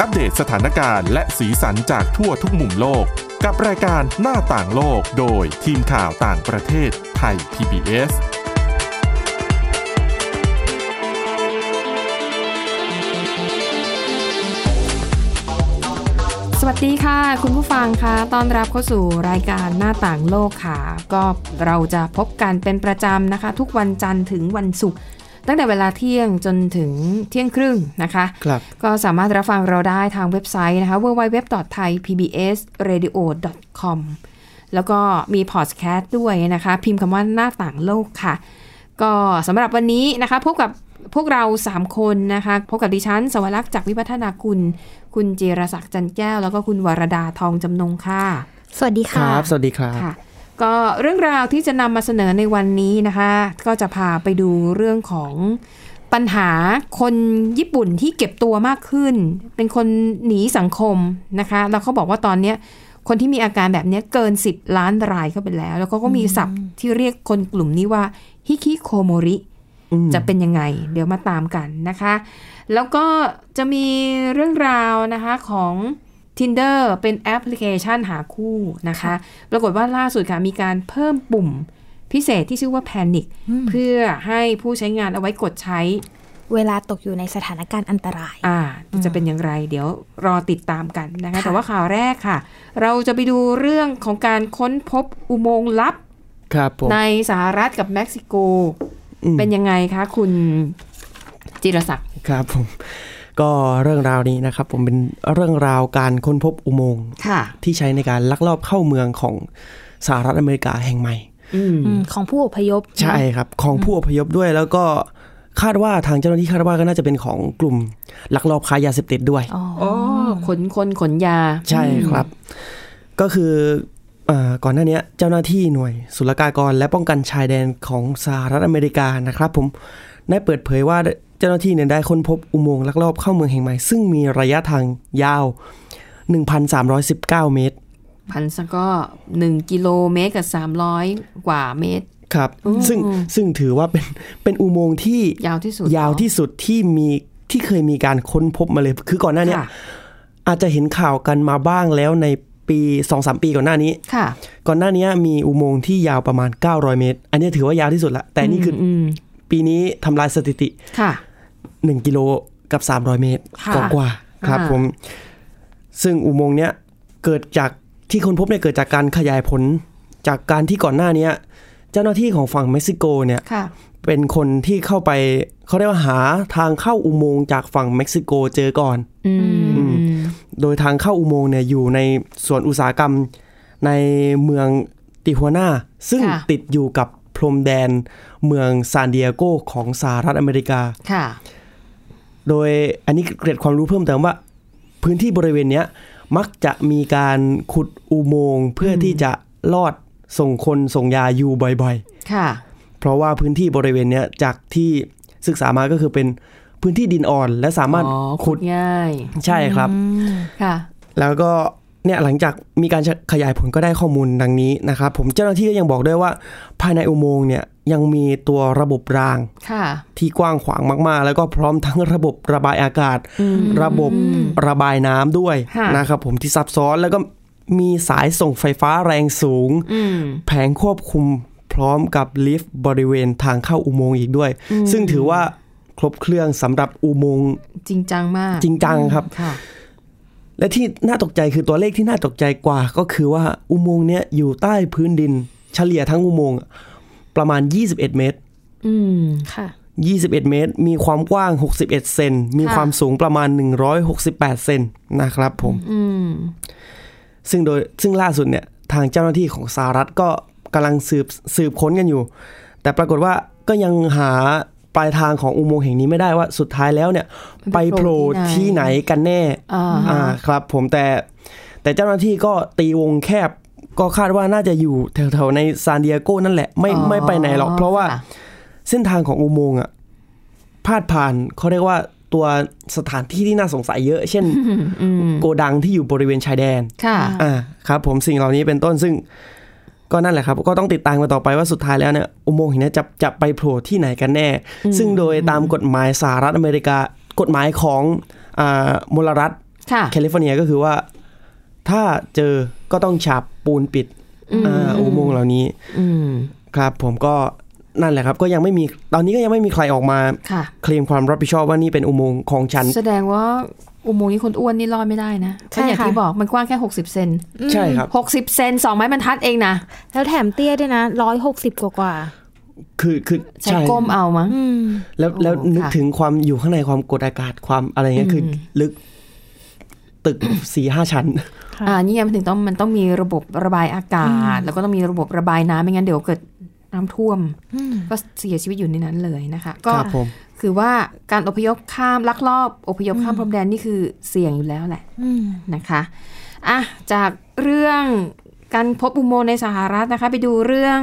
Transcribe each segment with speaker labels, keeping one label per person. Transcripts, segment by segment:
Speaker 1: อัปเดตสถานการณ์และสีสันจากทั่วทุกมุมโลก กับรายการหน้าต่างโลกโดยทีมข่าวต่างประเทศไทย PBS
Speaker 2: สวัสดีค่ะ คุณผู้ฟังคะต้อนรับเข้าสู่รายการหน้าต่างโลกค่ะ ก็เราจะพบกันเป็นประจำนะคะ ทุกวันจันทร์ถึงวันศุกร์ตั้งแต่เวลาเที่ยงจนถึงเที่ยงครึ่งนะคะ
Speaker 3: ครับ
Speaker 2: ก็สามารถรับฟังเราได้ทางเว็บไซต์นะคะ www.thaipbsradio.com แล้วก็มีพอดแคสต์ด้วยนะคะ พิมพ์คำว่าหน้าต่างโลกค่ะ ก็สำหรับวันนี้นะคะพบกับพวกเรา 3 คนนะคะพบกับดิฉันสวรักษ์จากวิวัฒนาคุณ คุณจิรศักดิ์จันแก้ว แล้วก็คุณวรดาทองจำนงค่ะ
Speaker 4: สวัสดี
Speaker 3: ค
Speaker 4: ค่ะ
Speaker 3: รับ สวัสดีครับ
Speaker 2: ค่ะก็เรื่องราวที่จะนำมาเสนอในวันนี้นะคะ ก็จะพาไปดูเรื่องของปัญหาคนญี่ปุ่นที่เก็บตัวมากขึ้น เป็นคนหนีสังคมนะคะแล้วเขาบอกว่าตอนเนี้ยคนที่มีอาการแบบเนี้ยเกิน 10 ล้านรายเข้าไปแล้ว แล้วเขาก็มีศัพท์ที่เรียกคนกลุ่มนี้ว่าฮิคิโคโมริ จะเป็นยังไง เดี๋ยวมาตามกันนะคะ แล้วก็จะมีเรื่องราวนะคะของ Tinder เป็นแอปพลิเคชันหาคู่นะคะ ปรากฏว่าล่าสุดค่ะ มีการเพิ่มปุ่มพิเศษที่ชื่อว่า Panic เพื่อให้ผู้ใช้งานเอาไว้กดใช้
Speaker 4: เวลาตกอยู่ในสถานการณ์อันตราย
Speaker 2: อ่าจะเป็นอย่างไร เดี๋ยวรอติดตามกันนะคะ
Speaker 4: ค่ะ
Speaker 2: แต่ว่าข่าวแรกค่ะ เราจะไปดูเรื่องของการค้นพบอุโมงค์ลับ
Speaker 3: ครับผม
Speaker 2: ในสหรัฐกับเม็กซิโก
Speaker 3: อืม
Speaker 2: เป็นยังไงคะคุณจิรศักดิ์
Speaker 3: ครับผม ก็เรื่องราวนี้นะครับ ผมเป็นเรื่องราวการค้นพบอุโมงค์
Speaker 2: ค่ะ
Speaker 3: ที่ใช้ในการลักลอบเข้าเมืองของสหรัฐอเมริกาแห่งใหม่
Speaker 2: อืม
Speaker 4: อืมของผู้อพยพ
Speaker 3: ใช่ครับ ของผู้อพยพด้วยแล้วก็คาดว่าทางเจ้าหน้าที่คาดว่าก็น่าจะเป็นของกลุ่มลักลอบค้ายาเสพติดด้วย
Speaker 4: อ๋อ
Speaker 2: อ๋อขนคนขนยา
Speaker 3: ใช่ครับ ก็คือเอ่อก่อนหน้าเนี้ยเจ้าหน้าที่หน่วยศุลกากรและป้องกันชายแดนของสหรัฐอเมริกานะครับ ผมได้เปิดเผยว่าเจ้าหน้าที่เนี่ยได้ค้นพบอุโมงค์ลักลอบเข้าเมืองแห่งใหม่ ซึ่งมีระยะทางยาว 1,319 เมตร
Speaker 2: พันสะก็หนึ่งกิโลเมตรกับสามร้อยกว่าเมตร
Speaker 3: ครับ ซึ่งซึ่งถือว่าเป็นเป็นอุโมงค์ที่
Speaker 2: ยาวที่สุด
Speaker 3: ยาวที่สุดที่มีที่เคยมีการค้นพบมาเลย คือก่อนหน้าเนี้ย
Speaker 2: ค่ะ
Speaker 3: อาจจะเห็นข่าวกันมาบ้างแล้วในปี2-3ปีก่อนหน้านี้
Speaker 2: ค่ะ
Speaker 3: ก่อนหน้านี้มีอุโมงค์ที่ยาวประมาณ 900 เมตร อันนี้ถือว่ายาวที่สุดละ แต่นี่คืออ
Speaker 2: มม
Speaker 3: ปีนี้ทำลายสถิติ
Speaker 2: ค่ะ
Speaker 3: 1 กิโลกับ 300 เมตร
Speaker 2: ค่ะ
Speaker 3: กว่ากว่าๆครับ
Speaker 2: อ่า
Speaker 3: ผม ซึ่งอุโมงค์เนี้ยเกิดจากที่คนพบเนี่ยเกิดจากการขยายผลจากการที่ก่อนหน้าเนี้ยเจ้าหน้าที่ของฝั่งเม็กซิโกเนี่ย
Speaker 2: ค่ะ
Speaker 3: เป็นคนที่เข้าไปเขาเรียกว่าหาทางเข้าอุโมงค์จากฝั่งเม็กซิโกเจอก่อน
Speaker 2: อืม
Speaker 3: โดยทางเข้าอุโมงค์เนี่ยอยู่ในสวนอุตสาหกรรมในเมืองติฮัวนาซึ่ง
Speaker 2: ค่ะ
Speaker 3: ติดอยู่กับพรมแดนเมืองซานดิเอโกของสหรัฐอเมริกา
Speaker 2: ค่ะ
Speaker 3: โดยอันนี้เกร็ดความรู้เพิ่มเติมว่า พื้นที่บริเวณเนี้ยมักจะมีการขุดอุโมงค์เพื่อที่จะลอดส่งคนส่งยาอยู่บ่อย
Speaker 2: ค่ะ
Speaker 3: ๆ เพราะว่าพื้นที่บริเวณเนี้ยจากที่ศึกษามาก็คือเป็นพื้นที่ดินอ่อน และสามารถ
Speaker 2: อ๋อขุ
Speaker 3: ขุ
Speaker 2: ด
Speaker 3: ด
Speaker 2: ง่าย
Speaker 3: ใช่ครับ
Speaker 2: ค่ะ
Speaker 3: แล้วก็เนี่ยหลังจากมีการขยายผลก็ได้ข้อมูลดังนี้นะครับ ผมเจ้าหน้าที่ก็ยังบอกด้วยว่า ภายในอุโมงค์เนี่ยยังมีตัวระบบราง
Speaker 2: ค่ะ
Speaker 3: ที่กว้างขวางมาก ๆ แล้วก็พร้อมทั้งระบบระบายอากาศ
Speaker 2: อืม
Speaker 3: ระบบระบายน้ำด้วย
Speaker 2: ค่ะ
Speaker 3: นะครับผมที่ซับซ้อนแล้วก็มีสายส่งไฟฟ้าแรงสูง
Speaker 2: อืม
Speaker 3: แผงควบคุมพร้อมกับลิฟต์บริเวณทางเข้าอุโมงค์อีกด้วย ซึ่งถือว่าครบเครื่องสำหรับอุโมงค์
Speaker 2: จริงจังมาก
Speaker 3: จริงจังครับ
Speaker 2: ค่ะ
Speaker 3: และที่น่าตกใจคือตัวเลขที่น่าตกใจกว่าก็คือว่าอุโมงค์เนี้ยอยู่ใต้พื้นดิน เฉลี่ยทั้งอุโมงค์อะประมาณ 21 เมตร
Speaker 2: อืม
Speaker 4: ค่ะ
Speaker 3: 21 เมตร มีความกว้าง 61 เซนมี
Speaker 2: ค่ะ
Speaker 3: ความสูงประมาณ 168 เซนนะครับผม
Speaker 2: อืม
Speaker 3: ซึ่งโดยซึ่งล่าสุดเนี่ยทางเจ้าหน้าที่ของสหรัฐก็กำลังสืบสืบค้นกันอยู่ แต่ปรากฏว่าก็ยังหาปลายทางของอุโมงค์แห่งนี้ไม่ได้ว่าสุดท้ายแล้วเนี่ย
Speaker 2: มัน
Speaker 3: ไป
Speaker 2: ไป
Speaker 3: โผ
Speaker 2: โผล่
Speaker 3: ล่
Speaker 2: ที่
Speaker 3: ที่ไห
Speaker 2: ไห
Speaker 3: น
Speaker 2: น
Speaker 3: กันแน่
Speaker 2: อ่า
Speaker 3: อ่าครับผมแต่แต่เจ้าหน้าที่ก็ตีวงแคบ ก็คาดว่าน่าจะอยู่แถวๆในซานดิเอโกนั่นแหละไม่
Speaker 2: อ๋อ
Speaker 3: ไม่ไปไหนหรอก เพราะว่า
Speaker 2: ค่
Speaker 3: เส้นทางของอุโมงค์อ่ะพาดผ่านเขาเรียกว่าตัวสถานที่ที่น่าสงสัยเยอะ เช่น
Speaker 2: อืม
Speaker 3: โกดังที่อยู่บริเวณชายแดน
Speaker 2: ค่ะ
Speaker 3: อ่าครับ ผมสิ่งเหล่านี้เป็นต้นซึ่ง ก็นั่นแหละครับ ก็ต้องติดตามกันต่อไปว่าสุดท้ายแล้วเนี่ยอุโมงค์เห็นนี้จะจะไปโผล่ที่ไหนกันแน่ ซึ่งโดยตามกฎหมายสหรัฐอเมริกา กฎหมายของอ่ามลรัฐ
Speaker 2: ค่ะ
Speaker 3: แคลิฟอร์เนียก็คือว่าถ้าเจอก็ต้องฉาบปูนปิดอาอุโมงค์เหล่านี้
Speaker 2: อืม
Speaker 3: ครับ ผมก็นั่นแหละครับ ก็ยังไม่มีตอนนี้ก็ยังไม่มีใครออกมา
Speaker 2: ค่ะ
Speaker 3: เคลมความรับผิดชอบว่านี่เป็นอุโมงค์ของฉัน
Speaker 2: แสดงว่าอุโมงค์นี้คนอ้วนนี่รอดไม่ได้นะเพ
Speaker 4: ใช่
Speaker 2: ราะอย่าง
Speaker 4: ค่ะ
Speaker 2: ที่บอกมันกว้างแค่ 60 เซน
Speaker 3: ใช่ครับ
Speaker 2: หกสิบเซนสองไม้บรรทัดเองนะ
Speaker 4: แล้วแถมเตี้ยด้วยนะร้อยหกสิบกว่ากว่า
Speaker 3: คือคือ
Speaker 2: ใช้ก้มเอามั้ง
Speaker 4: ๆอืม
Speaker 3: แล้ว
Speaker 2: โอ้
Speaker 3: แล้วนึก
Speaker 2: ค่ะ
Speaker 3: ถึงความอยู่ข้างในความกดอากาศความอะไรเงี้ยคือลึกตึก สี่ห้าชั้น
Speaker 2: อ่านี่ไงมันถึงต้องมันต้องมีระบบระบายอากาศ แล้วก็ต้องมีระบบระบายน้ำไม่งั้นเดี๋ยวเกิดน้ำท่วม
Speaker 4: อืม
Speaker 2: ก็เสียชีวิตอยู่ในนั้นเลยนะคะ ก็
Speaker 3: ครับผม
Speaker 2: คือว่าการอพยพข้ามลักลอบอพยพข้ามพรมแดนนี่คือเสี่ยงอยู่แล้วแหละ
Speaker 4: อืม
Speaker 2: นะคะอ่ะจากเรื่องการพบอุโมงค์ในสหรัฐนะคะ ไปดูเรื่อง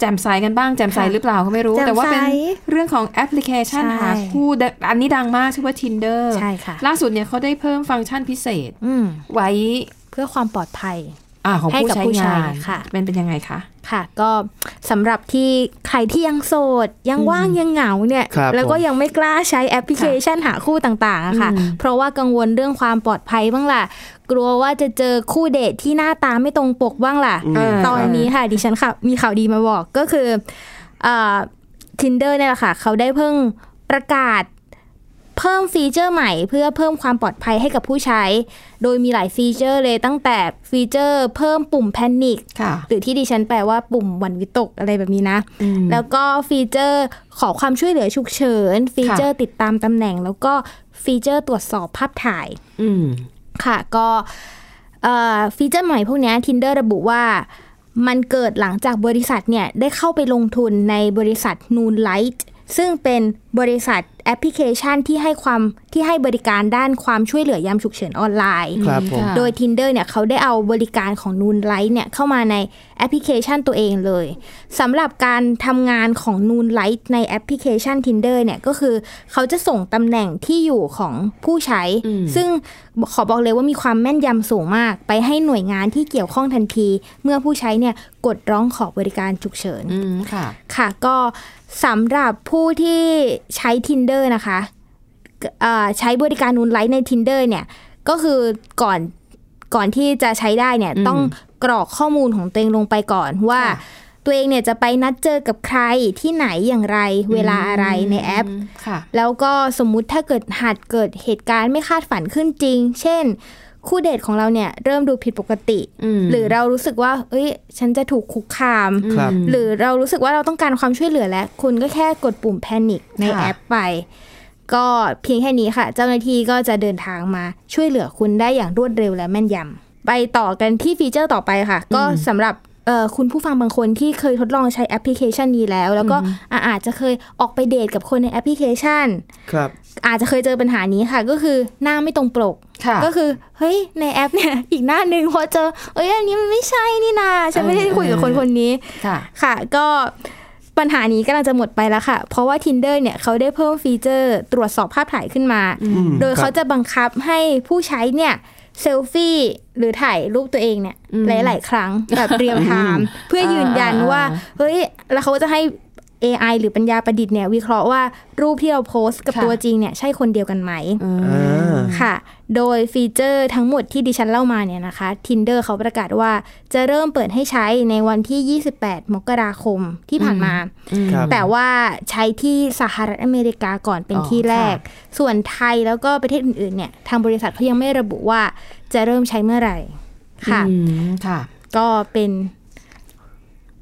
Speaker 2: แจ่มใสกันบ้างแจ่มใส
Speaker 4: ค่ะ
Speaker 2: หรือเปล่าก็ไม่รู้
Speaker 4: แจ่มใส
Speaker 2: แต่ว่าเป็นเรื่องของแอปพลิเคชัน
Speaker 4: ใช่
Speaker 2: หาคู่ดังอันนี้ดังมากชื่อว่า tinder
Speaker 4: ใช่ค่ะ
Speaker 2: ล่าสุดเนี่ยเขาได้เพิ่มฟังก์ชันพิเศษ
Speaker 4: อืม
Speaker 2: ไว้
Speaker 4: เพื่อความปลอดภัย
Speaker 2: อ่าของ
Speaker 4: ให้
Speaker 2: ผู้
Speaker 4: กับ
Speaker 2: ใช้
Speaker 4: ผู้ใช้
Speaker 2: งาน
Speaker 4: ค่ะ
Speaker 2: เป็นเป็นยังไงคะ
Speaker 4: ค่ะ ก็สำหรับที่ใครที่ยังโสด ยังว่างยังเหงาเนี่ย
Speaker 3: ครับ
Speaker 4: แล้วก็
Speaker 3: ผม
Speaker 4: ยังไม่กล้าใช้แอปพลิเคชันหาคู่ต่างๆอะค่ะ เพราะว่ากังวลเรื่องความปลอดภัยบ้างล่ะ กลัวว่าจะเจอคู่เดทที่หน้าตาไม่ตรงปกบ้างล่ะ
Speaker 2: า
Speaker 4: ตอนนี้ค่ะดิฉันค่ะมีข่าวดีมาบอกก็คือเอ่อ Tinder เนี่ยแหละค่ะ เขาได้เพิ่งประกาศเพิ่มฟีเจอร์ใหม่ เพื่อเพิ่มความปลอดภัยให้กับผู้ใช้ โดยมีหลายฟีเจอร์เลยตั้งแต่ฟีเจอร์เพิ่มปุ่มแพนิค
Speaker 2: ค่ะ
Speaker 4: หรือที่ดิฉันแปลว่าปุ่มหวันวิตกอะไรแบบนี้นะ
Speaker 2: อืม
Speaker 4: แล้วก็ฟีเจอร์ขอความช่วยเหลือฉุกเฉิน ฟีเจอร์ติดตามตำแหน่ง แล้วก็ฟีเจอร์ตรวจสอบภาพถ่าย
Speaker 2: อืม
Speaker 4: ค่ะก็เอ่อฟีเจอร์ใหม่พวกเนี้ย Tinder ระบุว่ามันเกิดหลังจากบริษัทเนี่ย ได้เข้าไปลงทุนในบริษัท Noonlight ซึ่งเป็นบริษัทแอปพลิเคชันที่ให้ความที่ให้บริการด้านความช่วยเหลือยามฉุกเฉินออนไลน์
Speaker 3: ครับผม
Speaker 2: ค่ะ
Speaker 4: โดย Tinder เนี่ยเขาได้เอาบริการของ Noonlight เนี่ยเข้ามาในแอปพลิเคชันตัวเองเลยสำหรับการทำงานของ Noonlight ในแอปพลิเคชัน Tinder เนี่ยก็คือเขาจะส่งตำแหน่งที่อยู่ของผู้ใช้ ซึ่งขอบอกเลยว่ามีความแม่นยำสูงมาก ไปให้หน่วยงานที่เกี่ยวข้องทันที เมื่อผู้ใช้เนี่ยกดร้องขอบริการฉุกเฉิน
Speaker 2: อืมค่ะ
Speaker 4: ค่ะก็สำหรับผู้ที่ใช้ Tinder นะคะเอ่อใช้บริการนูนไลท์ใน Tinder เนี่ยก็คือก่อนก่อนที่จะใช้ได้เนี่ย
Speaker 2: อืม
Speaker 4: ต้องกรอกข้อมูลของตัวเองลงไปก่อนว่า
Speaker 2: ค่ะ
Speaker 4: ตัวเองเนี่ยจะไปนัดเจอกับใครที่ไหนอย่างไรเวลาอะไรในแอป
Speaker 2: มค่ะ
Speaker 4: แล้วก็สมมุติถ้าเกิดหัดเกิดเหตุการณ์ไม่คาดฝันขึ้นจริง เช่น คู่เดทของเราเนี่ยเริ่มดูผิดปกติ
Speaker 2: อืม
Speaker 4: หรือเรารู้สึกว่าเอ้ยฉันจะถูกคุกคาม
Speaker 3: ครับ
Speaker 4: หรือเรารู้สึกว่าเราต้องการความช่วยเหลือแล้ว คุณก็แค่กดปุ่มแพนิคใน
Speaker 2: ค่ะ
Speaker 4: แอปไป ก็เพียงแค่นี้ค่ะ เจ้าหน้าที่ก็จะเดินทางมาช่วยเหลือคุณได้อย่างรวดเร็วและแม่นยำไปต่อกันที่ฟีเจอร์ต่อไปค่ะ ก็สำหรับเอ่อคุณผู้ฟังบางคนที่เคยทดลองใช้แอปพลิเคชันนี้แล้ว แล้วก็อ่ะอาจจะเคยออกไปเดทกับคนในแอปพลิเคชัน
Speaker 3: ครับ
Speaker 4: อาจจะเคยเจอปัญหานี้ค่ะ ก็คือหน้าไม่ตรงปก
Speaker 2: ค่ะ
Speaker 4: ก็คือเฮ้ยในแอปเนี่ย อีกหน้าหนึ่งพอเจอเอ้ยอันนี้มันไม่ใช่นี่นาฉันไม่ได้คุยกับคนคนนี้
Speaker 2: ค่ะ
Speaker 4: ค่ะก็ปัญหานี้กำลังจะหมดไปแล้วค่ะ เพราะว่า Tinder เนี่ยเขาได้เพิ่มฟีเจอร์ตรวจสอบภาพถ่ายขึ้นมา โดยเขาจะบังคับให้ผู้ใช้เนี่ยเซลฟี่หรือถ่ายรูปตัวเองเนี่ยหลาย ๆ ครั้งแบบเรียลไทม์เพื่อยืนยันว่า เฮ้ย แล้วเขาจะให้ AI หรือปัญญาประดิษฐ์เนี่ยวิเคราะห์ว่ารูปที่เราโพสต์กับ
Speaker 2: ค่ะ
Speaker 4: ตัวจริงเนี่ยใช่คนเดียวกันไหม
Speaker 3: อ่า
Speaker 4: ค่ะ โดยฟีเจอร์ทั้งหมดที่ดิฉันเล่ามาเนี่ยนะคะ Tinder เขาประกาศว่าจะเริ่มเปิดให้ใช้ในวันที่ 28 มกราคมที่ผ่านมา
Speaker 3: ครับ
Speaker 4: แต่ว่าใช้ที่สหรัฐอเมริกาก่อนเป็น
Speaker 2: อ๋อ
Speaker 4: ที่แรก
Speaker 2: ค่
Speaker 4: ส่วนไทยแล้วก็ประเทศอื่นๆเนี่ย ทางบริษัทเขายังไม่ระบุว่าจะเริ่มใช้เมื่อไหร่ ค่ะ
Speaker 2: อืมค่ะ
Speaker 4: ก็เป็น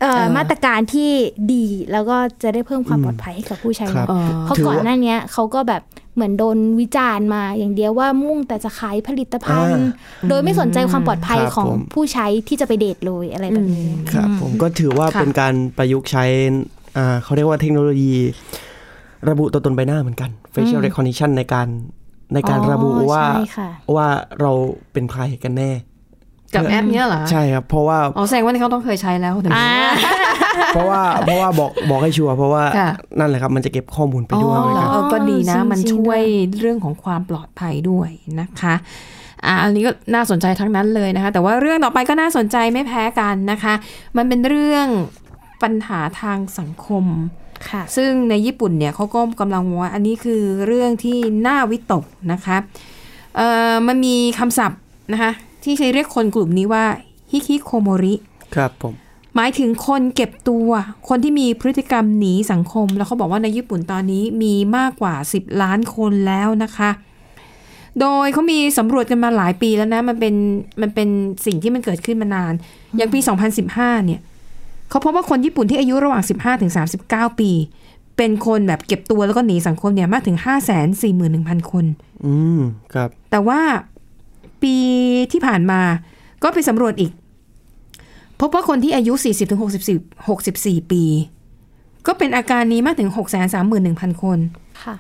Speaker 4: เอ่อ
Speaker 2: เอ่อ
Speaker 4: มาตรการที่ดีแล้วก็จะได้เพิ่มความปลอดภัยให้กับผู้ใช้
Speaker 3: ครับ
Speaker 4: เนาะ
Speaker 2: เอ่อ
Speaker 4: เพราะ
Speaker 3: ถือ
Speaker 4: ก่อน
Speaker 3: ว่า
Speaker 4: หน้าเนี้ยเขาก็แบบเหมือนโดนวิจารณ์มาอย่างเดียวว่ามุ่งแต่จะขายผลิตภัณฑ์ โดยไม่สนใจความปลอดภัย
Speaker 3: ครับ
Speaker 4: ของ
Speaker 3: ผม
Speaker 4: ผู้ใช้ที่จะไปเดทเลยอะไรแบบนี้
Speaker 3: ครับผมก็ถือว่า
Speaker 2: ค่ะ
Speaker 3: เป็นการประยุกต์ใช้อ่าเขาเรียกว่าเทคโนโลยี ระบุตัวตนใบหน้าเหมือนกัน facial recognition ในการในการ
Speaker 4: อ๋อ
Speaker 3: ระบุว่า
Speaker 4: ใช่ค่ะ
Speaker 3: ว่าเราเป็นใครกันแน่
Speaker 2: กับแอปเนี้ยเหรอคะ
Speaker 3: ใช่ครับ เพราะว่า
Speaker 2: อ๋อแสดงว่าเขาต้องเคยใช้แล้วถึง
Speaker 4: อ่า
Speaker 3: เพราะว่าเพราะว่าบอกบอกให้ชัวร์เพราะว่า
Speaker 2: ค่ะ
Speaker 3: นั่นแหละครับ มันจะเก็บข้อมูลไป
Speaker 2: อ๋อ
Speaker 3: ด้วยเหมือนกัน
Speaker 2: เออก็ดีนะ
Speaker 4: จริงๆ
Speaker 2: มันช่วยเรื่องของความปลอดภัยด้วยนะคะอ่ะอันนี้ก็น่าสนใจทั้งนั้นเลยนะคะ แต่ว่าเรื่องต่อไปก็น่าสนใจไม่แพ้กันนะคะ มันเป็นเรื่องปัญหาทางสังคม
Speaker 4: ค่ะ
Speaker 2: ซึ่งในญี่ปุ่นเนี่ยเขาก็กำลังมองว่าอันนี้คือเรื่องที่น่าวิตกนะคะ เอ่อมันมีคำศัพท์นะคะที่ใช้เรียกคนกลุ่มนี้ว่าฮิคิโคโมริ
Speaker 3: ครับผม
Speaker 2: หมายถึงคนเก็บตัว คนที่มีพฤติกรรมหนีสังคม แล้วเขาบอกว่าในญี่ปุ่นตอนนี้มีมากกว่า 10 ล้านคนแล้วนะคะ โดยเขามีสำรวจกันมาหลายปีแล้วนะ มันเป็นมันเป็นสิ่งที่มันเกิดขึ้นมานาน อย่างปี 2015 เนี่ยเขาพบว่าคนญี่ปุ่นที่อายุระหว่าง 15 ถึง 39 ปี เป็นคนแบบเก็บตัวแล้วก็หนีสังคมเนี่ยมากถึง 541,000 คน
Speaker 3: อืมครับ
Speaker 2: แต่ว่าปีที่ผ่านมาก็ไปสำรวจอีก พบว่าคนที่อายุ 40-64 64 ปี ก็เป็นอาการนี้มากถึง 631,000 คน
Speaker 4: ค่ะ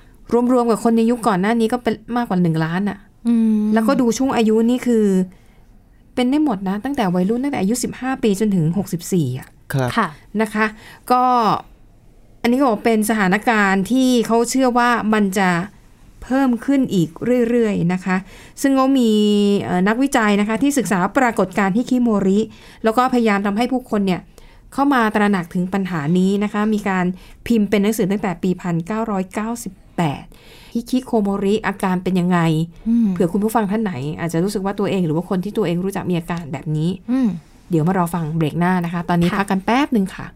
Speaker 2: รวมๆกับคนในยุคก่อนหน้านี้ก็เป็นมากกว่า 1 ล้านอะ
Speaker 4: อืม
Speaker 2: แล้วก็ดูช่วงอายุนี่คือ เป็นได้หมดนะ ตั้งแต่วัยรุ่นตั้งแต่อายุ 15 ปีจนถึง 64อะ
Speaker 3: ครับ
Speaker 4: ค่ะ
Speaker 2: นะคะ ก็อันนี้ก็บอกเป็นสถานการณ์ที่เขาเชื่อว่ามันจะ เพิ่มขึ้นอีกเรื่อยๆนะคะ ซึ่งก็มีเอ่อนักวิจัยนะคะ ที่ศึกษาปรากฏการณ์ฮิคิโมริ แล้วก็พยายามทำให้ผู้คนเนี่ย เข้ามาตระหนักถึงปัญหานี้นะคะ มีการพิมพ์เป็นหนังสือตั้งแต่ปี 1998ฮิคิโคโมริอาการเป็นยังไง
Speaker 4: อืม
Speaker 2: เผื่อคุณผู้ฟังท่านไหน อาจจะรู้สึกว่าตัวเองหรือว่าคนที่ตัวเองรู้จักมีอาการแบบนี้
Speaker 4: อืม
Speaker 2: เดี๋ยวมารอฟังเบรกหน้านะคะ ตอนนี้พักกันแป๊บหนึ่งค่ะ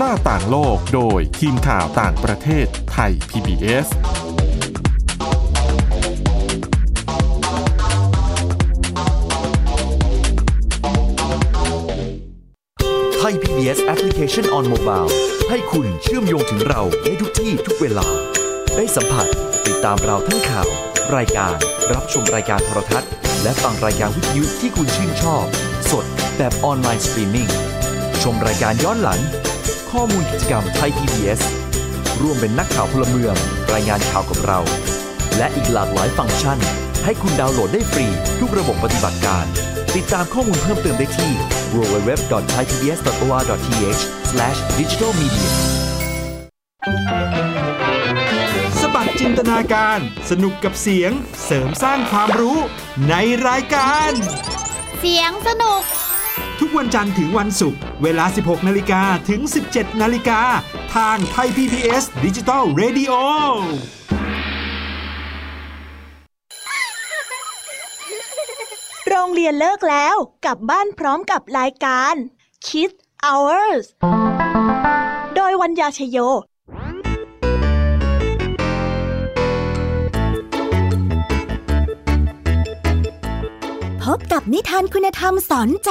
Speaker 1: หน้าต่างโลกโดยทีมข่าวต่างประเทศไทย PBS
Speaker 5: ไทย PBS Application on Mobile ให้คุณเชื่อมโยงถึงเราในทุกที่ทุกเวลา ได้สัมผัสติดตามเราทั้งข่าว รายการ รับชมรายการโทรทัศน์ และฟังรายการวิทยุที่คุณชื่นชอบ สดแบบออนไลน์สตรีมมิ่งชมรายการย้อนหลัง ข้อมูลกิจกรรมไทย PBS ร่วมเป็นนักข่าวพลเมือง รายงานข่าวกับเรา และอีกหลากหลายฟังก์ชัน ให้คุณดาวน์โหลดได้ฟรี ทุกระบบปฏิบัติการ ติดตามข้อมูลเพิ่มเติมได้ที่ www.thaipbs.or.th/digitalmedia
Speaker 6: สบัดจินตนาการ สนุกกับเสียง เสริมสร้างความรู้ในรายการ
Speaker 7: เสียงสนุก
Speaker 6: ทุกวันจันทร์ถึงวันศุกร์เวลา 16 นาฬิกาถึง 17 นาฬิกา ทางไทย PPS ดิจิตอล Radio
Speaker 8: โรงเรียนเลิกแล้วกลับบ้านพร้อมกับรายการ Kids Hours โดยวัญญาชยโย
Speaker 9: พบกับนิทานคุณธรรมสอนใจ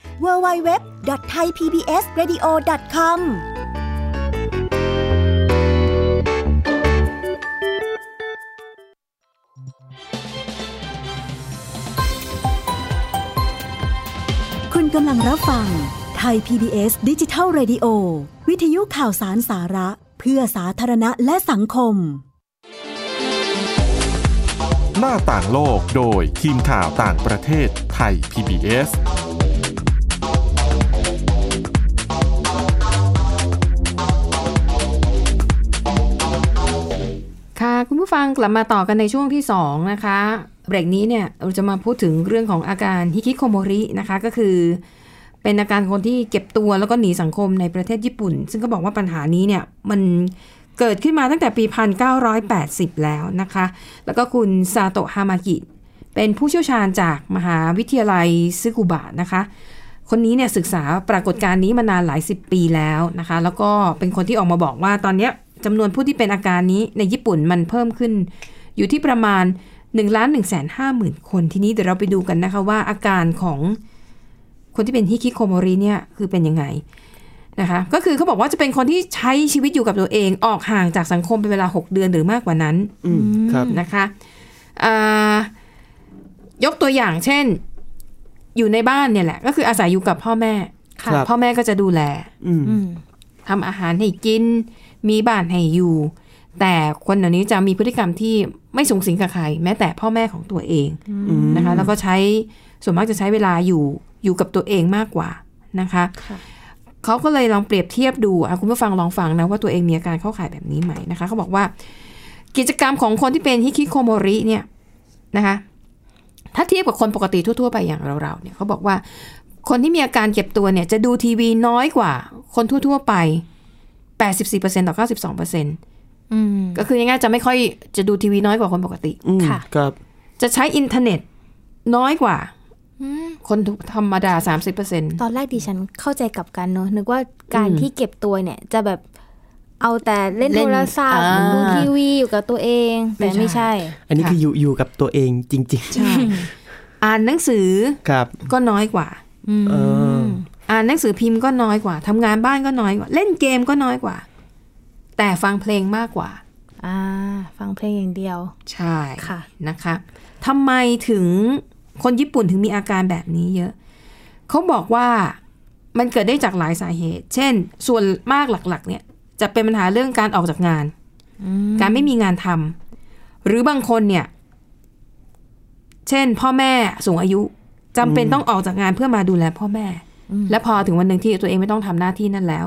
Speaker 9: www.thaipbsradio.com คุณกำลังรับฟังไทย PBS ดิจิทัล Radio วิทยุข่าวสารสาระ เพื่อสาธารณะและสังคม
Speaker 1: หน้าต่างโลกโดยทีมข่าวต่างประเทศไทย PBS
Speaker 2: ค่ะคุณผู้ฟังกลับมาต่อกันในช่วงที่สองนะคะเบรกนี้เนี่ยเราจะมาพูดถึงเรื่องของอาการฮิคิโคโมรินะคะก็คือ เป็นอาการคนที่เก็บตัวแล้วก็หนีสังคมในประเทศญี่ปุ่น ซึ่งก็บอกว่าปัญหานี้เนี่ยมันเกิดขึ้นมาตั้งแต่ปี 1980 แล้วนะคะ แล้วก็คุณซาโตะฮามากิ เป็นผู้เชี่ยวชาญจากมหาวิทยาลัยซึกุบะนะคะ คนนี้เนี่ยศึกษาปรากฏการณ์นี้มานานหลายสิบปีแล้วนะคะ แล้วก็เป็นคนที่ออกมาบอกว่าตอนเนี้ยจำนวนผู้ที่เป็นอาการนี้ในญี่ปุ่นมันเพิ่มขึ้น อยู่ที่ประมาณ1ล้าน1แสนห้าหมื่นคนทีนี้เดี๋ยวเราไปดูกันนะคะว่าอาการของคนที่เป็นฮิคิโคโมริเนี่ยคือเป็นยังไงนะคะ ก็คือเขาบอกว่าจะเป็นคนที่ใช้ชีวิตอยู่กับตัวเองออกห่างจากสังคมเป็นเวลา 6 เดือนหรือมากกว่านั้น
Speaker 3: อืมครับ
Speaker 2: นะคะอ่ายกตัวอย่างเช่น อยู่ในบ้านเนี่ยแหละ ก็คืออาศัยอยู่กับพ่อแม่
Speaker 3: ค่ะ
Speaker 2: พ่อแม่ก็จะดูแล
Speaker 3: อืม
Speaker 4: อืม
Speaker 2: ทำอาหารให้กิน มีบ้านให้อยู่ แต่คนเหล่านี้จะมีพฤติกรรมที่ไม่สูงสิงกับใคร แม้แต่พ่อแม่ของตัวเอง
Speaker 3: อืม
Speaker 2: นะคะ แล้วก็ใช้ส่วนมากจะใช้เวลาอยู่อยู่กับตัวเองมากกว่านะคะ
Speaker 4: ค่ะ
Speaker 2: เขาก็เลยลองเปรียบเทียบดูอ่ะคุณผู้ฟังลองฟังนะว่าตัวเองมีอาการเข้าข่ายแบบนี้ไหมนะคะเขาบอกว่า กิจกรรมของคนที่เป็นฮิคิโคโมริเนี่ยนะคะ ถ้าเทียบกับคนปกติทั่วๆไปอย่างเราๆเนี่ยเขาบอกว่า คนที่มีอาการเก็บตัวเนี่ยจะดูทีวีน้อยกว่า คนทั่วๆไป 84%ต่อ 92%
Speaker 4: อืม
Speaker 2: ก็คือง่ายๆจะไม่ค่อยจะดูทีวีน้อยกว่าคนปกติ
Speaker 3: อืมครับ
Speaker 2: จะใช้อินเทอร์เน็ตน้อยกว่า
Speaker 4: อืม
Speaker 2: คนธรรมดา 30%
Speaker 4: ตอนแรกดิฉันเข้าใจกลับกันเนอะนึกว่าการ
Speaker 2: อืม
Speaker 4: ที่เก็บตัวเนี่ยจะแบบเอาแต่เล่น
Speaker 2: เล่น
Speaker 4: โทรศัพท์
Speaker 2: อ่า
Speaker 4: ดูทีวีอยู่กับตัวเอง แต่
Speaker 2: ไม่
Speaker 4: ไม่
Speaker 2: ใช่
Speaker 4: ใช่
Speaker 3: อันนี้
Speaker 2: ค่ะ
Speaker 3: คืออยู่อยู่กับตัวเองจริง
Speaker 2: ใช่อ่านหนังสือ
Speaker 3: ๆ ครับ
Speaker 2: ก็น้อยกว่า
Speaker 4: อืม
Speaker 3: เออ
Speaker 2: อ่านหนังสือพิมพ์ก็น้อยกว่าทำงานบ้านก็น้อยกว่า เล่นเกมก็น้อยกว่า แต่ฟังเพลงมากกว่า
Speaker 4: อ่า ฟังเพลงอย่างเดียว
Speaker 2: ใช่
Speaker 4: ค่ะ
Speaker 2: นะคะทำไมถึงคนญี่ปุ่นถึงมีอาการแบบนี้เยอะ เขาบอกว่ามันเกิดได้จากหลายสาเหตุ เช่น ส่วนมากหลักๆ เนี่ยจะเป็นปัญหาเรื่องการออกจากงาน การไม่มีงานทำหรือบางคนเนี่ย เช่น พ่อแม่สูงอายุจำเป็นต้องออกจากงานเพื่อมาดูแลพ่อแม่ และพอถึงวันหนึ่งที่ตัวเองไม่ต้องทำหน้าที่นั่นแล้ว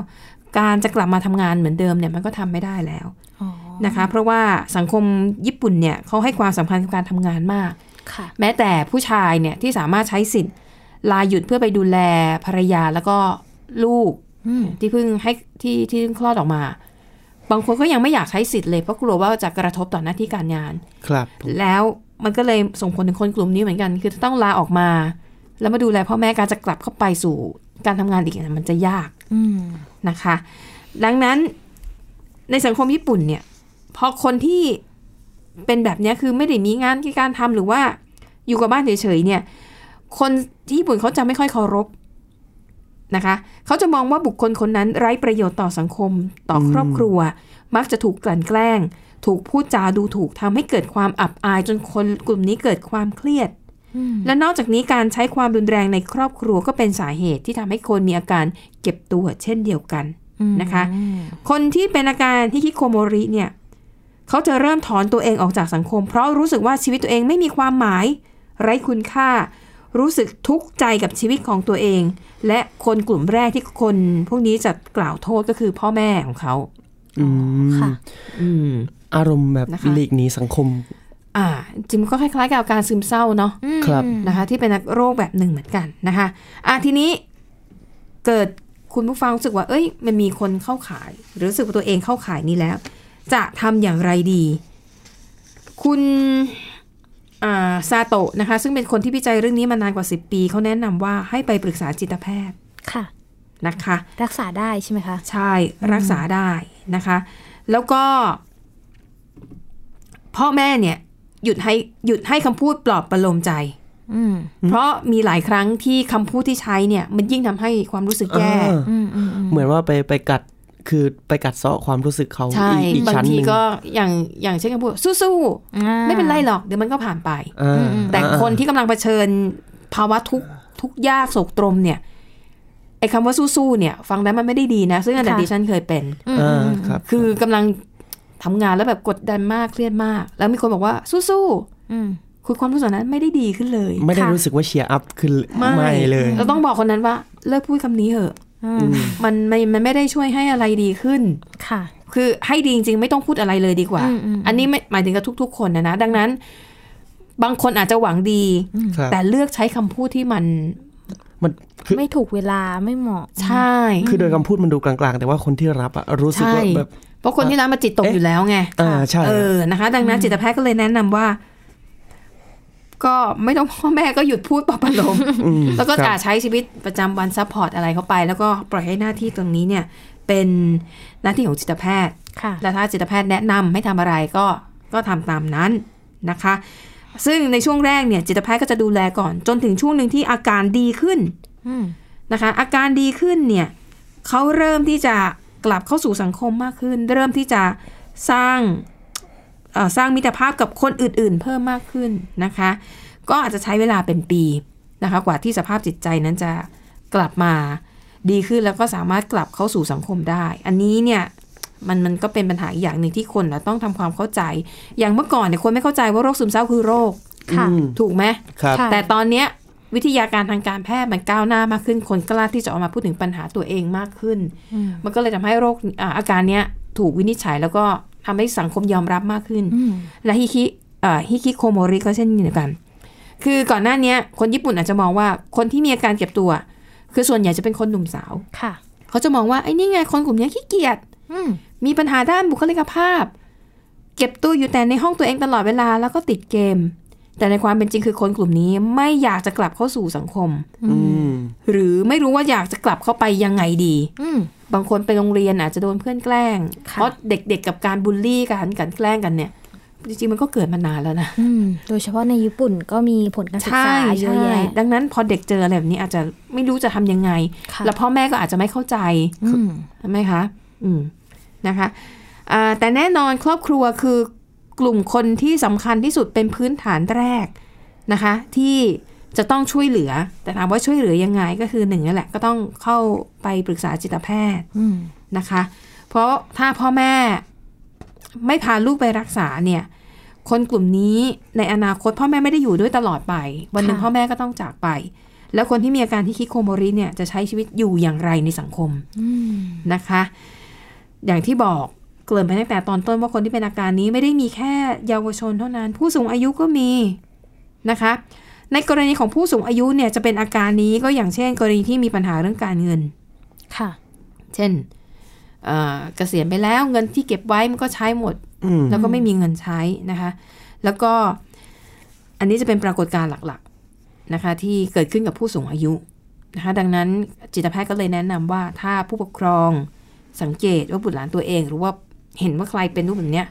Speaker 2: การจะกลับมาทำงานเหมือนเดิมเนี่ยมันก็ทำไม่ได้แล้ว
Speaker 4: อ๋อ
Speaker 2: นะคะเพราะว่าสังคมญี่ปุ่นเนี่ยเขาให้ความสำคัญกับการทำงานมาก
Speaker 4: ค่ะ
Speaker 2: แม้แต่ผู้ชายเนี่ยที่สามารถใช้สิทธิ์ลาหยุดเพื่อไปดูแลภรรยาแล้วก็ลูก
Speaker 4: อืม
Speaker 2: ที่เพิ่งให้ที่ที่เพิ่งคลอดออกมา บางคนก็ยังไม่อยากใช้สิทธิ์เลยเพราะกลัวว่าจะกระทบต่อหน้าที่การงาน
Speaker 3: ครับผม
Speaker 2: แล้วมันก็เลยส่งผลถึงคนกลุ่มนี้เหมือนกัน คือถ้าต้องลาออกมา แล้วมาดูแลพ่อแม่การจะกลับเข้าไปสู่การทำงานอีกเนี่ยมันจะยาก
Speaker 4: อืม
Speaker 2: นะคะ ดังนั้นในสังคมญี่ปุ่นเนี่ย พอคนที่เป็นแบบเนี้ยคือไม่ได้มีงานที่การทำหรือว่าอยู่กับบ้านเฉยๆเนี่ย คนที่ญี่ปุ่นเขาจะไม่ค่อยเคารพนะคะ เขาจะมองว่าบุคคลคนนั้นไร้ประโยชน์ต่อสังคมต่อครอบครัว มักจะถูกกลั่นแกล้ง ถูกพูดจาดูถูกทำให้เกิดความอับอายจนคนกลุ่มนี้เกิดความเครียด และนอกจากนี้การใช้ความรุนแรงในครอบครัวก็เป็นสาเหตุที่ทำให้คนมีอาการเก็บตัวเช่นเดียวกันนะคะ คนที่เป็นอาการฮิคิโคโมริเนี่ยเขาจะเริ่มถอนตัวเองออกจากสังคม เพราะรู้สึกว่าชีวิตตัวเองไม่มีความหมาย ไร้คุณค่า รู้สึกทุกข์ใจกับชีวิตของตัวเอง และคนกลุ่มแรกที่คนพวกนี้จะกล่าวโทษก็คือพ่อแม่ของเขา
Speaker 3: อืม
Speaker 4: ค่ะ
Speaker 2: อืม
Speaker 3: อารมณ์แบบ
Speaker 2: นะคะ
Speaker 3: หลีกหนีสังคม
Speaker 2: อ่าจริมก็คล้ายๆกับอาการซึมเศร้าเนาะ
Speaker 3: ครับ
Speaker 2: นะคะที่เป็นโรคแบบหนึ่งเหมือนกันนะคะอ่ะทีนี้เกิดคุณผู้ฟังรู้สึกว่า เอ้ย มันมีคนเข้าขาย หรือรู้สึกว่าตัวเองเข้าขายนี้แล้ว จะทำอย่างไรดี คุณอ่าซาโตะนะคะ ซึ่งเป็นคนที่วิจัยเรื่องนี้มานานกว่า 10 ปีเขาแนะนำว่าให้ไปปรึกษาจิตแพทย์
Speaker 4: ค่ะ
Speaker 2: นะคะ
Speaker 4: รักษาได้ใช่ไหมคะ
Speaker 2: ใช่รักษาได้นะคะ แล้วก็ พ่อแม่เนี่ย หยุดให้หยุดให้คำพูดปลอบประโลมใจ
Speaker 4: อืม
Speaker 2: เพราะมีหลายครั้งที่คำพูดที่ใช้เนี่ย มันยิ่งทำให้ความรู้สึกแย่
Speaker 3: เออ
Speaker 4: อืมอืมอืม
Speaker 3: เหมือนว่าไปไปกัดคือไปกัดเซาะความรู้สึกเขา
Speaker 2: ใช่
Speaker 3: อีกอีก
Speaker 2: บาง
Speaker 3: ชั้น
Speaker 2: ที
Speaker 3: หนึ่ง
Speaker 2: ก็อย่างอย่างเช่นคำพูดสู้
Speaker 4: อ่า
Speaker 2: ๆ ไม่เป็นไรหรอก เดี๋ยวมันก็ผ่านไป
Speaker 3: อ่า
Speaker 4: อืมอืม
Speaker 2: แต่
Speaker 3: อ่า
Speaker 2: คนที่กำลังเผชิญภาวะทุกข์ทุกข์ยากโศกตรมเนี่ยไอ้คำว่าสู้ๆเนี่ย ฟังแล้วมันไม่ได้ดีนะ ซึ่งอันนั้น
Speaker 4: ค่ะ
Speaker 2: ดิฉันเคยเป็น
Speaker 4: อืม
Speaker 3: อ่า
Speaker 4: อืม
Speaker 3: ครับ
Speaker 2: คือกำลังทำงานแล้วแบบกดดันมากเครียดมาก แล้วมีคนบอกว่าสู้
Speaker 4: อืม
Speaker 2: ๆคือความรู้สึกนั้นไม่ได้ดีขึ้นเลย
Speaker 3: ไม่ได้
Speaker 4: ค่ะ
Speaker 3: รู้สึกว่าเชียร์อัพขึ้น
Speaker 2: ไม่
Speaker 3: ไม่เลย
Speaker 2: เราต้องบอกคนนั้นว่าเลิกพูดคำนี้เถอะ
Speaker 4: อืม
Speaker 2: มันไม่มันไม่ได้ช่วยให้อะไรดีขึ้น
Speaker 4: ค่ะ
Speaker 2: คือให้ดีจริงๆไม่ต้องพูดอะไรเลยดีกว่า
Speaker 4: อืมอืม
Speaker 2: อันนี้ไม่หมายถึงกับทุก ๆ คนนะนะ ดังนั้น บางคนอาจจะหวังดี
Speaker 3: ครับ
Speaker 2: แต่เลือกใช้คำพูดที่มัน
Speaker 3: มันคือ
Speaker 4: ไม่ถูกเวลาไม่เหมาะ
Speaker 2: ใช่
Speaker 3: คือโดยคำพูดมันดูกลางๆ แต่ว่าคนที่รับอะรู้สึก
Speaker 2: ใช่
Speaker 3: ว่าแบบ
Speaker 2: เพราะคนที่ร้านมาจิตตกอยู่แล้วไง
Speaker 3: อ่าใช่
Speaker 2: เออนะคะ ดังนั้นจิตแพทย์ก็เลยแนะนำว่า ก็ไม่ต้อง พ่อแม่ก็หยุดพูดปลอบประโลม
Speaker 3: ม
Speaker 2: แล้วก็
Speaker 3: ค
Speaker 2: อา
Speaker 3: รับ
Speaker 2: ใช้ชีวิตประจำวันซัพพอร์ตอะไรเข้าไป แล้วก็ปล่อยให้หน้าที่ตรงนี้เนี่ย เป็นหน้าที่ของจิตแพทย์
Speaker 4: ค่ะ
Speaker 2: แล้วถ้าจิตแพทย์แนะนำให้ทำอะไรก็ก็ทำตามนั้นนะคะ ซึ่งในช่วงแรกเนี่ยจิตแพทย์ก็จะดูแลก่อน จนถึงช่วงหนึ่งที่อาการดีขึ้น
Speaker 4: อืม
Speaker 2: นะคะ อาการดีขึ้นเนี่ยเขาเริ่มที่จะกลับเข้าสู่สังคมมากขึ้น เริ่มที่จะสร้างเอ่อสร้างมิตรภาพกับคนอื่นๆ เพิ่มมากขึ้นนะคะ ก็อาจจะใช้เวลาเป็นปีนะคะ กว่าที่สภาพจิตใจนั้นจะกลับมาดีขึ้นแล้วก็สามารถกลับเข้าสู่สังคมได้ อันนี้เนี่ย มันมันก็เป็นปัญหาอีกอย่างหนึ่งที่คนเราต้องทำความเข้าใจ อย่างเมื่อก่อนเนี่ยคนไม่เข้าใจว่าโรคซึมเศร้าคือโรค
Speaker 4: ค่ะ
Speaker 3: อืม
Speaker 2: ถูกไหม
Speaker 3: ครับ
Speaker 4: ค่ะ
Speaker 2: แต่ตอนเนี้ยวิทยาการทางการแพทย์มันก้าวหน้ามากขึ้น คนกล้าที่จะออกมาพูดถึงปัญหาตัวเองมากขึ้น มันก็เลยทำให้โรคอ่าอาการเนี้ยถูกวินิจฉัยแล้วก็ทำให้สังคมยอมรับมากขึ้น
Speaker 4: อืม
Speaker 2: และฮิคิเอ่อฮิคิโคโมริก็เช่นเดียวกัน คือก่อนหน้าเนี้ยคนญี่ปุ่นอาจจะมองว่าคนที่มีอาการเก็บตัว คือส่วนใหญ่จะเป็นคนหนุ่มสาว
Speaker 4: ค่ะ
Speaker 2: เขาจะมองว่าไอ้นี่ไงคนกลุ่มเนี้ยขี้เกียจ
Speaker 4: อืม
Speaker 2: มีปัญหาด้านบุคลิกภาพ เก็บตัวอยู่แต่ในห้องตัวเองตลอดเวลาแล้วก็ติดเกม แต่ในความเป็นจริงคือคนกลุ่มนี้ไม่อยากจะกลับเข้าสู่สังคม
Speaker 3: อืม
Speaker 2: หรือไม่รู้ว่าอยากจะกลับเข้าไปยังไงดี
Speaker 4: อืม
Speaker 2: บางคนไปโรงเรียนอาจจะโดนเพื่อนแกล้ง
Speaker 4: ค่ะ
Speaker 2: เพราะเด็กๆกับการบูลลี่กันกันแกล้งกันเนี่ย จริงๆมันก็เกิดมานานแล้วนะ
Speaker 4: อืมโดยเฉพาะในญี่ปุ่นก็มีผลการศึกษาเยอะ
Speaker 2: ใช่
Speaker 4: แยะ
Speaker 2: ดังนั้นพอเด็กเจออะไรแบบนี้อาจจะไม่รู้จะทำยังไง
Speaker 4: ค่ะ
Speaker 2: แล้วพ่อแม่ก็อาจจะไม่เข้าใจ
Speaker 4: อืม
Speaker 2: ใช่ไหมคะ อืม นะคะอ่าแต่แน่นอนครอบครัวคือกลุ่มคนที่สำคัญที่สุดเป็นพื้นฐานแรกนะคะ ที่จะต้องช่วยเหลือ แต่ถามว่าช่วยเหลือยังไงก็คือหนึ่งนั่นแหละก็ต้องเข้าไปปรึกษาจิตแพทย์
Speaker 4: อืม
Speaker 2: นะคะ เพราะถ้าพ่อแม่ไม่พาลูกไปรักษาเนี่ย คนกลุ่มนี้ในอนาคตพ่อแม่ไม่ได้อยู่ด้วยตลอดไป วันหนึ่งพ่อแม่ก็ต้องจากไป แล้วคนที่มีอาการที่คิโคโมริเนี่ยจะใช้ชีวิตอยู่อย่างไรในสังคม
Speaker 4: อืม
Speaker 2: นะคะ อย่างที่บอกเกริ่นไปตั้งแต่ตอนต้นว่าคนที่เป็นอาการนี้ไม่ได้มีแค่เยาวชนเท่านั้น ผู้สูงอายุก็มีนะคะ ในกรณีของผู้สูงอายุเนี่ยจะเป็นอาการนี้ก็อย่างเช่น กรณีที่มีปัญหาเรื่องการเงิน
Speaker 4: ค่ะ
Speaker 2: เช่นเอ่อเกษียณไปแล้วเงินที่เก็บไว้มันก็ใช้หมด
Speaker 3: อืม
Speaker 2: แล้วก็ไม่มีเงินใช้นะคะ แล้วก็อันนี้จะเป็นปรากฏการณ์หลักๆนะคะ ที่เกิดขึ้นกับผู้สูงอายุนะคะ ดังนั้นจิตแพทย์ก็เลยแนะนำว่าถ้าผู้ปกครองสังเกตว่าบุตรหลานตัวเอง หรือว่าเห็นว่าใครเป็นรูปแบบเนี้ย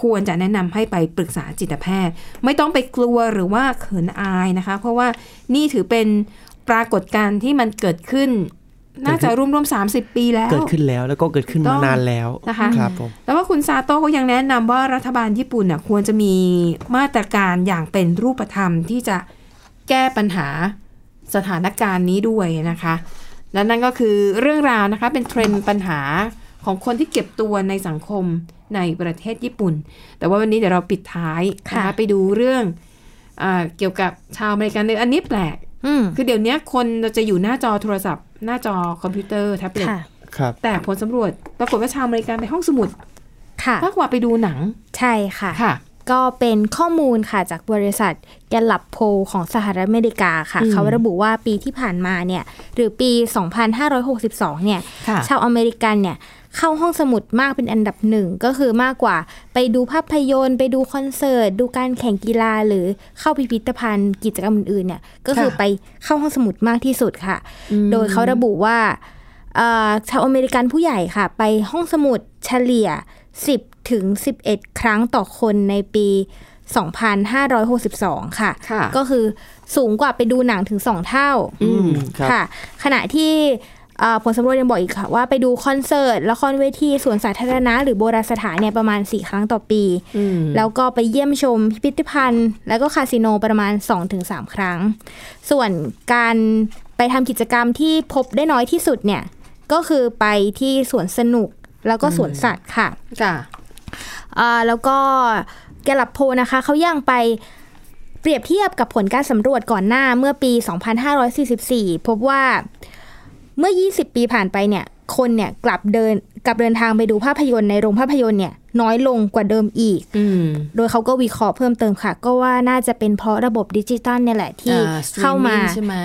Speaker 2: ควรจะแนะนำให้ไปปรึกษาจิตแพทย์ ไม่ต้องไปกลัวหรือว่าเขินอายนะคะ เพราะว่านี่ถือเป็นปรากฏการณ์ที่มันเกิดขึ้น น่าจะร่วมร่วมสามสิบปีแล้ว
Speaker 3: เกิดขึ้นแล้วแล้วก็เกิดขึ้น
Speaker 2: ถูกต้
Speaker 3: มา
Speaker 2: อง
Speaker 3: นานแล้ว
Speaker 2: นะคะ
Speaker 3: ครับผม
Speaker 2: แล้วว่าคุณซาโต้ก็ยังแนะนำว่ารัฐบาลญี่ปุ่นน่ะควรจะมีมาตรการอย่างเป็นรูปธรรมที่จะแก้ปัญหาสถานการณ์นี้ด้วยนะคะ และนั่นก็คือเรื่องราวนะคะเป็นเทรนด์ปัญหาของคนที่เก็บตัวในสังคมในประเทศญี่ปุ่น แต่ว่าวันนี้เดี๋ยวเราปิดท้ายนะ
Speaker 4: ค่ะ
Speaker 2: คะไปดูเรื่องอาเกี่ยวกับชาวอเมริกันอันนี้แปลก
Speaker 4: อืม
Speaker 2: คือเดี๋ยวนี้คนเราจะอยู่หน้าจอโทรศัพท์ หน้าจอคอมพิวเตอร์แท็บเล็ต
Speaker 4: ค่ะ
Speaker 3: ครับ
Speaker 2: แต่ผลสำรวจปรากฏว่าชาวอเมริกันไปห้องสมุด
Speaker 4: ค่ะ
Speaker 2: มากกว่าไปดูหนัง
Speaker 4: ใช่ค่ะ
Speaker 2: ค่ะ
Speaker 4: ก็เป็นข้อมูลค่ะจากบริษัทแกลลับโพของสหรัฐอเมริกาค่ะ
Speaker 2: อืม
Speaker 4: เขาระบุว่าปีที่ผ่านมาเนี่ย หรือปี 2562 เนี่ย
Speaker 2: ค่ะ
Speaker 4: ชาวอเมริกันเนี่ยเข้าห้องสมุดมากเป็นอันดับหนึ่งก็คือมากกว่าไปดูภาพยนตร์ ไปดูคอนเสิร์ต ดูการแข่งกีฬาหรือเข้าพิพิธภัณฑ์กิจกรรมอื่นๆเนี่ยก็คือ
Speaker 2: ค่ะ
Speaker 4: ไปเข้าห้องสมุดมากที่สุดค่ะ โดยเขาระบุว่าเอ่อชาวอเมริกันผู้ใหญ่ค่ะ ไปห้องสมุดเฉลี่ย 10 ถึง 11 ครั้งต่อคนในปี 2562 ค่ะ
Speaker 2: ค่ะ
Speaker 4: ก็คือสูงกว่าไปดูหนังถึง 2 เท่า
Speaker 3: อืมครับ
Speaker 4: ค่ะ ขณะที่เอ่อผลสำรวจยังบอกอีกค่ะว่าไปดูคอนเสิร์ตละครเวทีสวนสาธารณะ หรือโบราณสถานเนี่ยประมาณ 4 ครั้งต่อปี
Speaker 2: อืม
Speaker 4: แล้วก็ไปเยี่ยมชมพิพิธภัณฑ์ แล้วก็คาสิโนประมาณ 2-3 ครั้ง ส่วนการไปทำกิจกรรมที่พบได้น้อยที่สุดเนี่ย ก็คือไปที่สวนสนุกแล้วก็สวนสัตว์ค่ะ
Speaker 2: ค่ะ
Speaker 4: อ่าแล้วก็แกลับโพลนะคะเขาย่างไปเปรียบเทียบกับผลการสำรวจก่อนหน้าเมื่อปี 2544 พบว่าเมื่อ 20 ปีผ่านไปเนี่ย คนเนี่ยกลับเดินกลับเดินทางไปดูภาพยนตร์ในโรงภาพยนตร์เนี่ยน้อยลงกว่าเดิมอีก
Speaker 2: อืม
Speaker 4: โดยเขาก็วิเคราะห์เพิ่มเติมค่ะ ก็ว่าน่าจะเป็นเพราะระบบดิจิตอลเนี่ยแหละที่
Speaker 2: อ่า streaming
Speaker 4: เข้ามา
Speaker 2: ใช่ไหมอื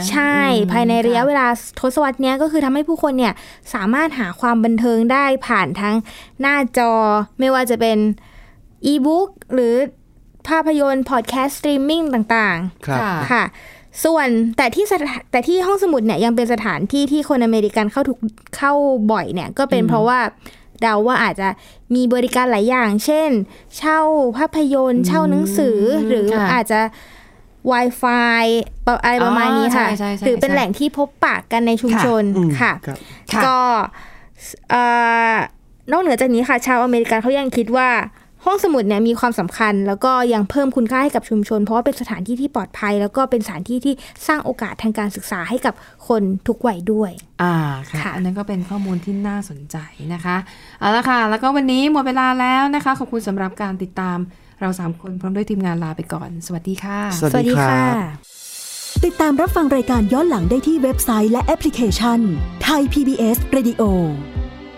Speaker 2: ม
Speaker 4: ภายในระยะ
Speaker 2: ค่ะ
Speaker 4: เวลาทศวรรษเนี้ยก็คือทำให้ผู้คนเนี่ยสามารถหาความบันเทิงได้ผ่านทั้งหน้าจอ ไม่ว่าจะเป็นอีบุ๊กหรือภาพยนตร์พอดแคสต์สตรีมมิ่งต่างๆ
Speaker 3: ครับ
Speaker 4: ค่ะ ส่วนแต่ที่สถาแต่ที่ห้องสมุดเนี่ยยังเป็นสถานที่ที่คนอเมริกันเข้าถูกเข้าบ่อยเนี่ยก็เป็นเพราะว่าเดาว่าอาจจะมีบริการหลายอย่าง เช่น เช่าภาพยนตร์เช่าหนังสือหรือ
Speaker 2: ค่ะ
Speaker 4: อาจจะ Wi-Fi ประอะไรประมาณนี้ค่ะ
Speaker 2: อ๋อใช่ใช่ใช่
Speaker 4: หรือเป็นแหล่งที่พบปะกันในชุมชน
Speaker 3: อืม
Speaker 4: ค่ะ
Speaker 3: ครับ
Speaker 2: ค่ะ
Speaker 4: ก็เอ่อนอกเหนือจากนี้ค่ะ ชาวอเมริกันเขายังคิดว่า ห้องสมุดเนี่ยมีความสำคัญ แล้วก็ยังเพิ่มคุณค่าให้กับชุมชน เพราะว่าเป็นสถานที่ที่ปลอดภัย แล้วก็เป็นสถานที่ที่สร้างโอกาสทางการศึกษาให้กับคนทุกวัยด้วย
Speaker 2: อ่าค่ะ
Speaker 4: ค่ะ
Speaker 2: อันนั้นก็เป็นข้อมูลที่น่าสนใจนะคะเอาละค่ะ แล้วก็วันนี้หมดเวลาแล้วนะคะ ขอบคุณสำหรับการติดตามเราสามคนพร้อมด้วยทีมงานลาไปก่อน สวัสดีค่ะ
Speaker 3: สวัสดีครับ
Speaker 9: ติดตามรับฟังรายการย้อนหลังได้ที่เว็บไซต์และแอปพลิเคชันไทย PBS Radio